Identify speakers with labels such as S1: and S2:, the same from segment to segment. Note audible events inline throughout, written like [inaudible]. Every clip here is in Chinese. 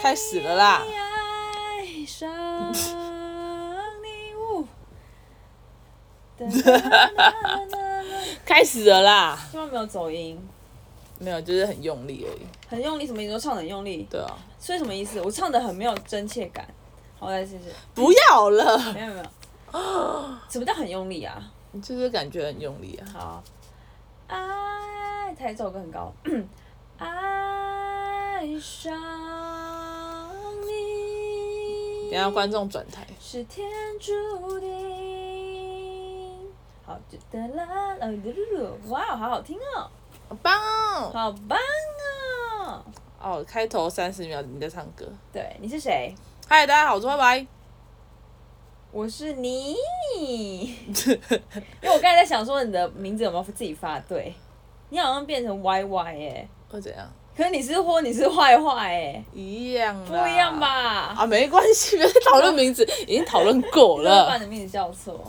S1: 开始了啦！
S2: 爱上你，呜！希
S1: 开始了啦！
S2: 望没有走音，
S1: 没有，就是很用力而已。
S2: 很用力，什么意思？我唱的很用力，
S1: 对啊，
S2: 所以什么意思？我唱的很没有真切感。好，我再试试。
S1: 不要了，
S2: 没有没有，什么叫很用力啊？
S1: 就是感觉很用力啊。
S2: 好，爱，他这首歌很高。 [clears throat] 爱上你。
S1: 等一下观众转台，
S2: 是天注定。好，就哒啦呃啦，噜噜噜，哇，好好听哦，
S1: 好棒哦！
S2: 好棒哦！
S1: 哦，开头三十秒你在唱歌。
S2: 对，你是谁？
S1: 嗨，大家好，我是拜拜。
S2: 我是你，因为我刚才在想说你的名字有没有自己发对，你好像变成 Y Y 哎，
S1: [laughs] 会怎样？
S2: 可是你是或你是坏坏哎，
S1: 一样
S2: 不
S1: 不
S2: 一样？吧？
S1: 啊，没关系，别再讨论 [laughs] 名字，已经讨论
S2: 我
S1: 过
S2: 把你
S1: 了。
S2: 的名字叫错。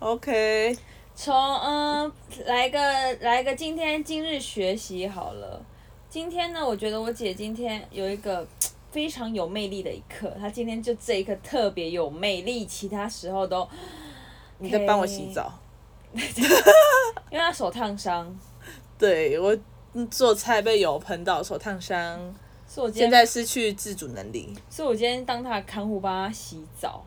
S1: OK，
S2: 从嗯，来个来个今天今日学习好了。今天呢，我觉得我姐今天有一个非常有魅力的一刻，她今天就这一刻特别有魅力，其他时候都
S1: 你在帮我洗澡。
S2: 因为她手烫伤，
S1: 对我做菜被油喷到，手烫伤，
S2: 所以我今天，
S1: 现在失去自主能力。
S2: 所以我今天当她的看护帮她洗澡，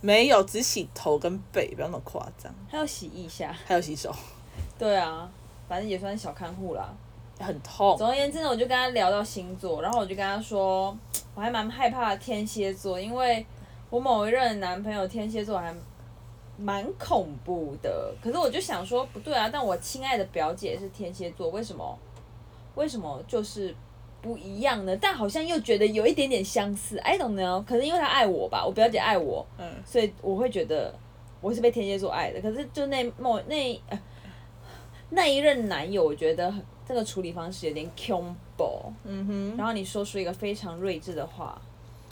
S1: 没有，只洗头跟背，不要那么夸张。
S2: 她要洗一下。
S1: 还有洗手， [laughs]
S2: 对啊，反正也算是小看护啦。
S1: 很痛。
S2: 总而言之呢，我就跟他聊到星座，然后我就跟他说，我还蛮害怕天蝎座，因为我某一任男朋友天蝎座还蛮恐怖的。可是我就想说，不对啊，但我亲爱的表姐是天蝎座，为什么？为什么就是不一样呢？但好像又觉得有一点点相似，I don't know。可能因为她爱我吧，我表姐爱我，
S1: 嗯，
S2: 所以我会觉得我是被天蝎座爱的。可是就那某那、呃、那一任男友，我觉得很这个处理方式有点恐怖。
S1: 嗯哼，
S2: 然后你说出一个非常睿智的话，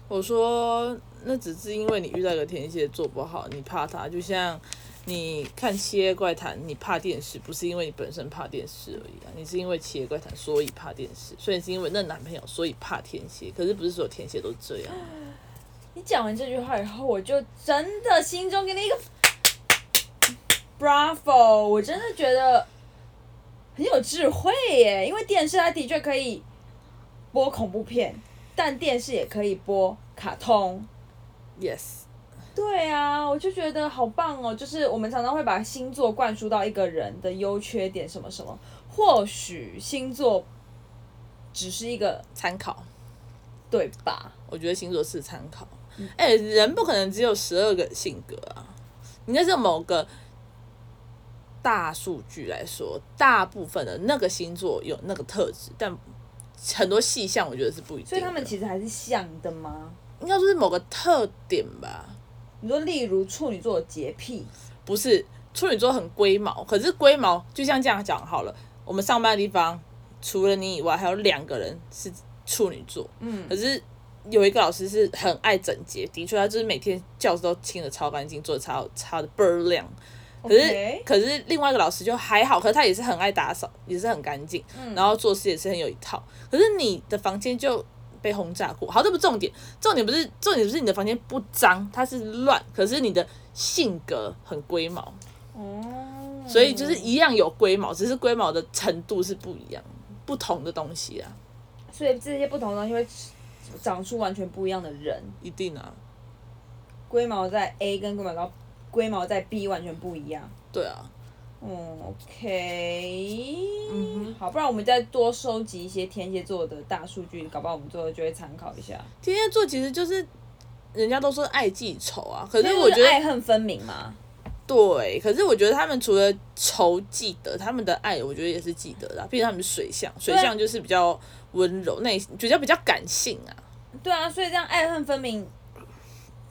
S1: 我说那只是因为你遇到一个天蝎做不好，你怕他，就像你看《七夜怪谈》，你怕电视，不是因为你本身怕电视而已啊，你是因为《七夜怪谈》所以怕电视，所以你是因为那男朋友所以怕天蝎，可是不是所有天蝎都是这样。啊
S2: 你讲完这句话以后，我就真的心中给你一个 bravo，我真的觉得很有智慧耶，因为电视它的确可以播恐怖片，但电视也可以播卡通，
S1: [gasps] Yes，
S2: 对啊，我就觉得好棒哦！就是我们常常会把星座灌输到一个人的优缺点什么什么，或许星座只是一个
S1: 参考，
S2: 对吧？
S1: 我觉得星座是参考。
S2: 嗯
S1: 哎、人不可能只有十二个性格啊，你那是某个大数据来说，大部分的那个星座有那个特质，但很多细项我觉得是不一定的。
S2: 所以他们其实还是像的吗？
S1: 应该说是某个特点吧，
S2: 你说，例如处女座有洁癖，
S1: 不是处女座很龟毛，可是龟毛就像这样讲好了，我们上班的地方除了你以外，还有两个人是处女座，
S2: 嗯
S1: 可是有一个老师是很爱整洁，的确，他就是每天教室都清的超干净，做的超擦的倍儿亮。可是
S2: OK
S1: 可是另外一个老师就还好，可是他也是很爱打扫，也是很干净，
S2: 嗯
S1: 然后做事也是很有一套。可是你的房间就被轰炸过，好，这不重点，重点不是重点不是你的房间不脏，它是乱，可是你的性格很龟毛，
S2: 哦，
S1: 所以就是一样有龟毛，只是龟毛的程度是不一样，不同的东西啊，
S2: 所以这些不同的东西会长出完全不一样的人。
S1: 一定啊，
S2: 龟毛在 A 跟龟毛到龟毛在 B 完全不一样。
S1: 对啊，
S2: 嗯，OK，
S1: 嗯哼
S2: 好，不然我们再多收集一些天蝎座的大数据，搞不好我们最后就会参考一下。
S1: 天蝎座其实就是人家都说爱记仇啊，可
S2: 可
S1: 是我觉得
S2: 爱恨分明嘛，
S1: 对，可是我觉得他们除了仇记得，他们的爱我觉得也是记得的啊、毕竟他们是水象，水
S2: 啊
S1: 象就是比较温柔，内比较比较感性啊。
S2: 对啊，所以这样爱恨分明，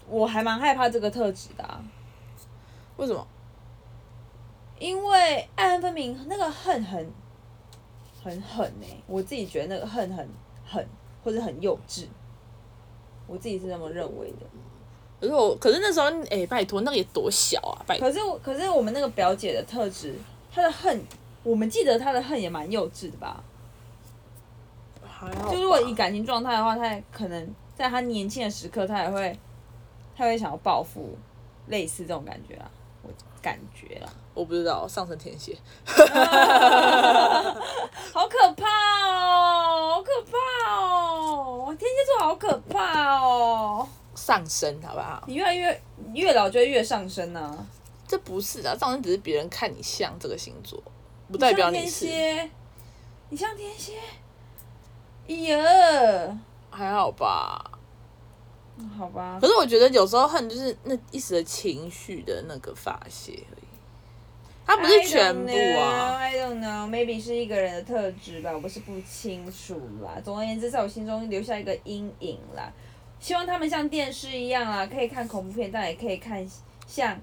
S2: 我还蛮害怕这个特质的、啊，
S1: 为什么？
S2: 因为爱恨分明那个恨很很狠呢、我自己觉得那个恨很狠，或者很幼稚，我自己是这么认为的。
S1: 可是我，可是那时候，哎、拜托，那个也多小啊，拜托。
S2: 可是我可是我们那个表姐的特质，她的恨，我们记得她的恨也蛮幼稚的吧？
S1: 还好
S2: 就如果以感情状态的话，他可能在他年轻的时刻，他也会，他会想要报复，类似这种感觉啊，我感觉啦，
S1: 我不知道上升天蝎，
S2: 好可怕哦，好可怕哦，天蝎座好可怕哦，
S1: 上升好不好？
S2: 你越来越越老就会越上升啊，
S1: 这不是啊，上升只是别人看你像这个星座，不代表你
S2: 你
S1: 是
S2: 像。天蝎，你像天蝎，耶，
S1: 还好吧，
S2: 好吧
S1: 可，是我觉得有时候恨就是那一时的情绪的那个发泄而已，它不是全部哎啊。
S2: I don't know, I don't know, maybe 是一个人的特质吧，我是不清楚啦。总而言之，在我心中留下一个阴影啦。希望他们像电视一样啊，可以看恐怖片，但也可以看像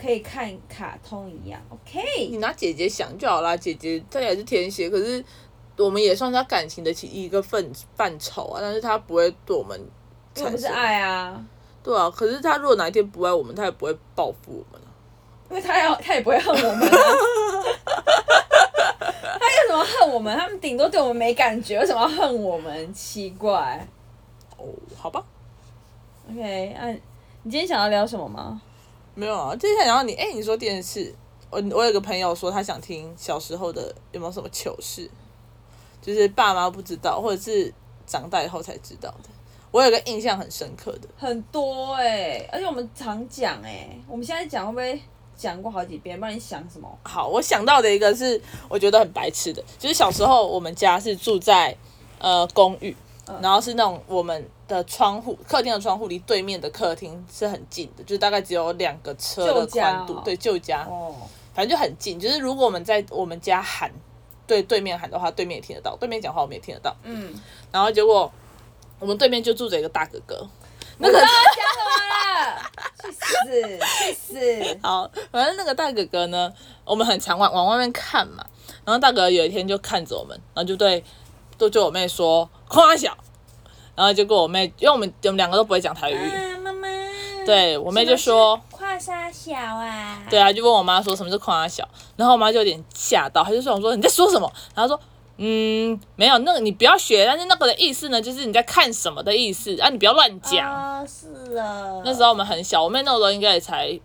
S2: 可以看卡通一样。OK，
S1: 你拿姐姐想就好啦，姐姐她也是天蝎，可是我们也算是她感情的其一个范范畴啊，但是她不会对我们
S2: 因为
S1: 产
S2: 不是
S1: 生
S2: 爱啊，
S1: 对啊，可是她如果哪一天不爱我们，她也不会报复我们啊。
S2: 因为他要
S1: 哦
S2: 他也不会恨我们、啊。 [laughs] 他有什么恨我们？他们顶多对我们没感觉，为什么要恨我们？奇怪。
S1: 哦，好吧，
S2: OK，那、你今天想要聊什么吗？
S1: 没有啊，接下来然后你哎、你说电视，我我有个朋友说他想听小时候的有没有什么糗事，就是爸妈不知道，或者是长大以后才知道的。我有个印象很深刻的，
S2: 很多哎、而且我们常讲哎、我们现在讲会不会讲过好几遍？不然你想什么？
S1: 好，我想到的一个是我觉得很白痴的，就是小时候我们家是住在呃公寓，
S2: 嗯
S1: 然后是那种我们的窗户，客厅的窗户离对面的客厅是很近的，就是大概只有两个车的
S2: 旧家
S1: 宽度，
S2: 哦
S1: 对，旧家。
S2: 哦，
S1: 反正就很近，就是如果我们在我们家喊对对面喊的话，对面也听得到，对面讲话我们也听得到。
S2: 嗯，
S1: 然后结果我们对面就住着一个大哥哥，那
S2: 我
S1: 个
S2: 刚刚讲什么了？去死，去死！
S1: 好，反正那个大哥哥呢，我们很常往往外面看嘛。然后大哥有一天就看着我们，然后就对就对我妹说“夸小”，然后结果我妹因为我们我们两个都不会讲台语，
S2: 啊，妈妈。
S1: 对我妹就说
S2: 跨沙小啊。
S1: 对啊，就问我妈说什么是夸小，然后我妈就有点吓到，她就说我说你在说什么？然后她说嗯没有，那个你不要学，但是那个的意思呢，就是你在看什么的意思啊，你不要乱讲。
S2: 哦，是啊。
S1: 那时候我们很小，我妹那时候应该也才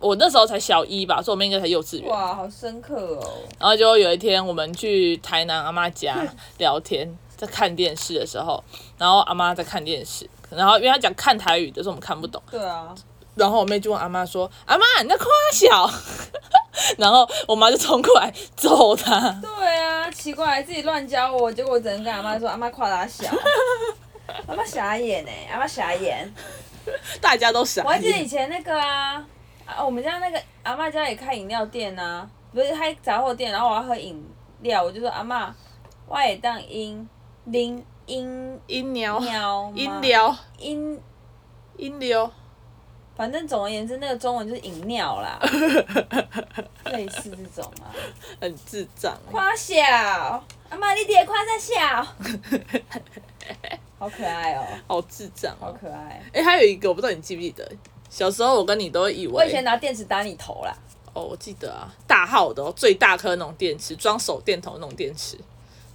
S1: 我那时候才小一吧，所以我妹应该才幼稚园。
S2: 哇，好深刻哦。
S1: 然后就有一天我们去台南阿妈家聊天，在看电视的时候，然后阿妈在看电视，然后因为她讲看台语的时候我们看不懂。
S2: 对啊，
S1: 然后我妹就问阿妈说：“阿妈，你在夸小？” [laughs] 然后我妈就冲过来揍她。
S2: 对啊，奇怪，自己乱教我，结果我只能跟阿妈说，阿妈跨沙 [laughs] 小。阿妈傻眼哎、阿妈傻眼。
S1: 大家都傻眼。
S2: 我还记得以前那个啊，啊，我们家那个阿妈家也开饮料店啊，不是开杂货店，然后我要喝饮料，我就说阿妈，我也当饮零饮
S1: 阴聊，
S2: 料
S1: 阴聊，
S2: 饮，
S1: 阴聊，
S2: 反正总而言之，那个中文就是饮料 [laughs] 啦，类似这种啊。
S1: 很智障。
S2: 夸小，阿妈你爹夸在 [laughs] 小，好可爱哦、
S1: 好智障
S2: 好
S1: 哦！
S2: 可爱。
S1: 哎，还有一个我不知道你记不记得，小时候我跟你都以为
S2: 我以前拿电池打你头啦，
S1: 哦，我记得啊，大号的哦，最大颗那种电池，装手电筒那种电池，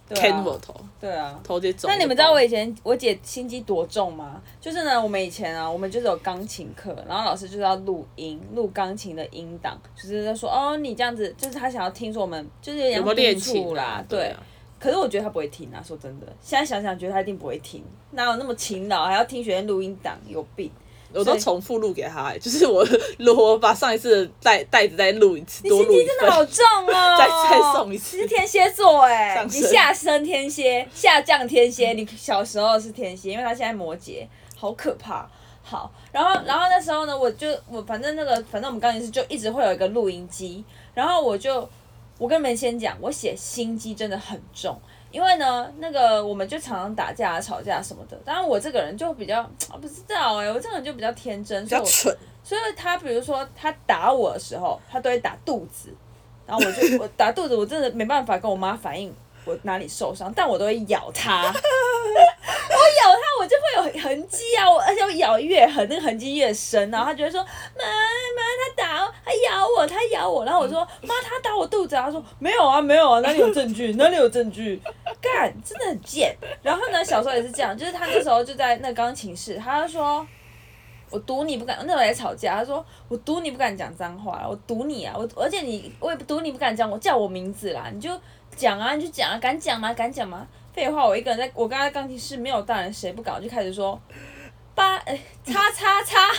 S2: 对
S1: 坑
S2: 啊，
S1: 我头，
S2: 对啊。
S1: 头直接走。
S2: 那你们知道我以前我姐心机多重吗？就是呢，我们以前啊，我们就是有钢琴课，然后老师就是要录音，录钢琴的音档，就是在说哦，你这样子，就是他想要听说我们就是有点
S1: 有没有练
S2: 像督
S1: 琴
S2: 促啦，
S1: 对
S2: 对。
S1: 啊，
S2: 可是我觉得他不会听啊，说真的，现在想想觉得他一定不会听，哪有那么勤劳还要听学生录音档，有病！
S1: 我都
S2: 所以
S1: 重复录给他，哎 [laughs] 就是我录，我把上一次的带带子再录一次，
S2: 你
S1: 多
S2: 心
S1: 录一
S2: 机真的
S1: 份。，
S2: 好重哦
S1: [laughs] 再再送一次
S2: 你是天蝎座哎、
S1: 上
S2: 你
S1: 升嗯
S2: 下升天蝎，下降天蝎，你小时候是天蝎，因为他现在摩羯，好可怕。好，然后然后那时候呢，我就我反正那个反正我们钢琴室就一直会有一个录音机，然后我就我跟你们先讲，我写心机真的很重。因为呢，那个我们就常常打架、啊吵架什么的。当然，我这个人就比较不知道哎、我这个人就比较天真，
S1: 比
S2: 所以
S1: 较
S2: 我
S1: 蠢，
S2: 所以他比如说他打我的时候，他都会打肚子，然后我就我打肚子，我真的没办法跟我妈反映我哪里受伤，但我都会咬他，我咬他我就会有痕迹啊，我而且我咬越狠，那个痕迹越深，然后他就会说妈妈他打他咬我他咬我，然后我说妈他打我肚子啊，他说没有啊没有啊，哪里有证据哪里有证据，干干，真的很贱。然后呢，小时候也是这样，就是他那时候就在那钢琴室，他就说。我赌你不敢，那时候也吵架。他说：“我赌你不敢讲脏话啦，我赌你啊！我而且你，我也不赌你不敢讲我叫我名字啦，你就讲啊，你就讲啊，敢讲吗？敢讲吗？废话，我一个人在，我刚才钢琴室没有大人，谁不敢？我就开始说八哎、叉叉叉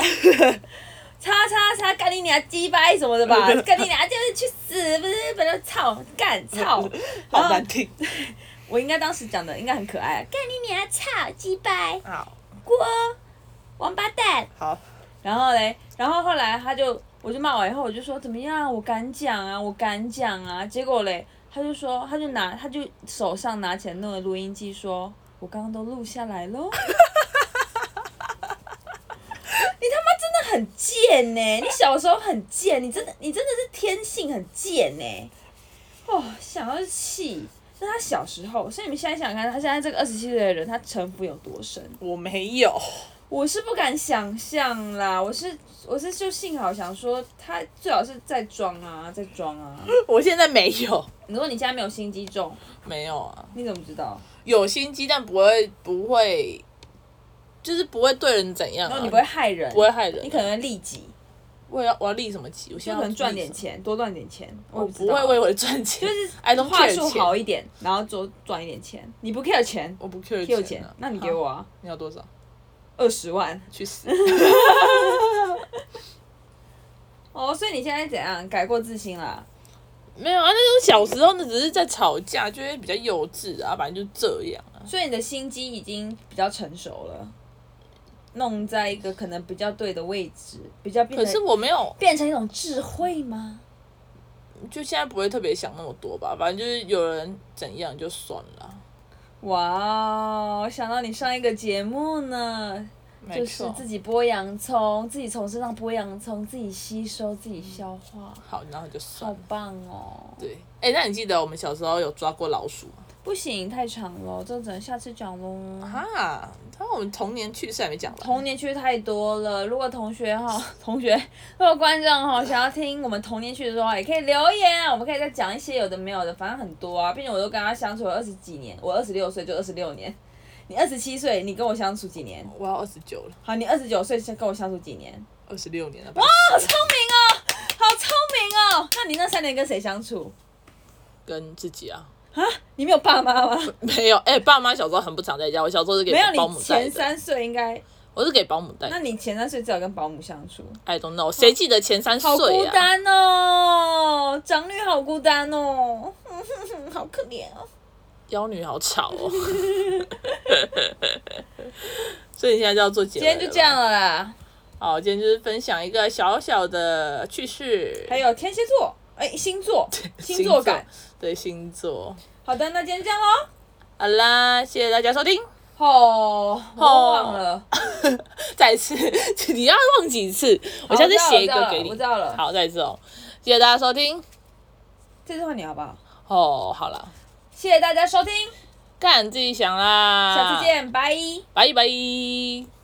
S2: 叉叉叉干你娘鸡掰什么的吧，干你娘就是去死，不是不是操干操，
S1: [laughs] 好难听。
S2: 我应该当时讲的应该很可爱，啊干你娘操鸡掰
S1: 好，
S2: 锅王八蛋，
S1: [laughs] 好，
S2: 然后嘞，然后后来他就，我就骂完以后，我就说怎么样，我敢讲啊，我敢讲啊。结果嘞，他就说，他就拿，他就手上拿起来弄了录音机，说我刚刚都录下来喽。 [laughs] 你他妈真的很贱呢、你小时候很贱，你真的，你真的是天性很贱呢、哦，想要气。那他小时候，所以你们现在想想看，他现在这个二十七岁的人，他城府有多深？
S1: 我没有。 [laughs]
S2: 我是不敢想象啦，我是我是就幸好想说他最好是在装啊，在装啊。
S1: 我现在没
S2: [laughs]
S1: 有，
S2: 如果你现在没有心机重，
S1: 没有啊，
S2: 你怎么知道？
S1: 有心机，但不会不会，就是不会对人怎样、
S2: 然
S1: 啊。
S2: 后你不会害人，
S1: 不会害人啊
S2: 你可能会利己，
S1: 我也要我要立什么旗？我现
S2: 就
S1: 在
S2: 可能
S1: 要
S2: 赚
S1: 立
S2: 点
S1: 什么，
S2: 钱，多赚点钱。
S1: 我
S2: 也
S1: 不
S2: 知道
S1: 会为我赚钱，
S2: 就是
S1: [laughs] I don't care
S2: 话术
S1: 钱
S2: 好一点，然后多赚一点钱。你不 care 钱
S1: 我不 care
S2: ，care
S1: 钱
S2: 钱
S1: 啊，
S2: 那你给我
S1: 好
S2: 啊，
S1: 你要多少？
S2: 二十万。[laughs]
S1: 去死！
S2: 哦，所以你现在怎样？改过自新啦？
S1: 没有啊，那种小时候那只是在吵架，就会比较幼稚啊，反正就这样啊。
S2: 所以你的心机已经比较成熟了，弄在一个可能比较对的位置，比较变
S1: 可是
S2: 成
S1: 我没有，
S2: 变成一种智慧吗？
S1: 就现在不会特别想那么多吧，反正就是有人怎样就算了。
S2: 哇哦，想到你上一个节目呢，
S1: 没
S2: 就是
S1: 错，
S2: 自己剥洋葱，自己从身上剥洋葱，自己吸收，自己消化，
S1: 好，然后就算
S2: 好
S1: 了。
S2: 棒哦！
S1: 对，哎、那你记得我们小时候有抓过老鼠吗？
S2: 不行，太长了，这只能下次讲喽。
S1: 啊，那我们童年趣事还没讲完。
S2: 童年趣太多了，如果同学哈， [laughs] 同学，如果观众哈想要听我们童年趣的话，也可以留言啊，我们可以再讲一些有的没有的，反正很多啊。毕竟我都跟他相处了二十几年，我二十六岁就二十六年，你二十七岁，你跟我相处几年？
S1: 我要二十九了，
S2: 好，你二十九岁跟我相处几年？
S1: 二十六年了吧？
S2: 好聪明哦，好聪明哦。那你那三年跟谁相处？
S1: 跟自己啊，
S2: 你没有爸妈吗？
S1: 没有。哎、爸妈小时候很不常在家，我小时候是给
S2: 没有，
S1: 保
S2: 你
S1: 姆带
S2: 前
S1: 的，
S2: 三岁应该，
S1: 我是给保姆带
S2: 那
S1: 的。
S2: 你前三岁只有跟保姆相
S1: [laughs]
S2: 处，
S1: I don't know，谁记得前三
S2: 好孤
S1: 岁啊？
S2: 单哦，长女好孤单哦， [laughs] 好可怜哦。
S1: 妖女好吵哦。 [laughs] 所以你现在就要做结
S2: 今
S1: 尾了
S2: 天
S1: 吧
S2: 就这样。了啦，
S1: 好，今天就是分享一个小小的趣事，
S2: 还有天蝎座，哎、星
S1: [laughs]
S2: 座，星座感。
S1: 对星座。
S2: 好的，那今天这样喽。
S1: 好啦，谢谢大家收听。
S2: 哦，我忘了，
S1: 再一次， [laughs] 你要忘几次？我下次写一个给你
S2: 我知。道了，我知道了
S1: 好，再一次哦，谢谢大家收听。
S2: 这次换你好不好？
S1: 哦，好了，
S2: 谢谢大家收听，
S1: 干自己想啦。啊
S2: 下次，见，拜。
S1: 拜拜。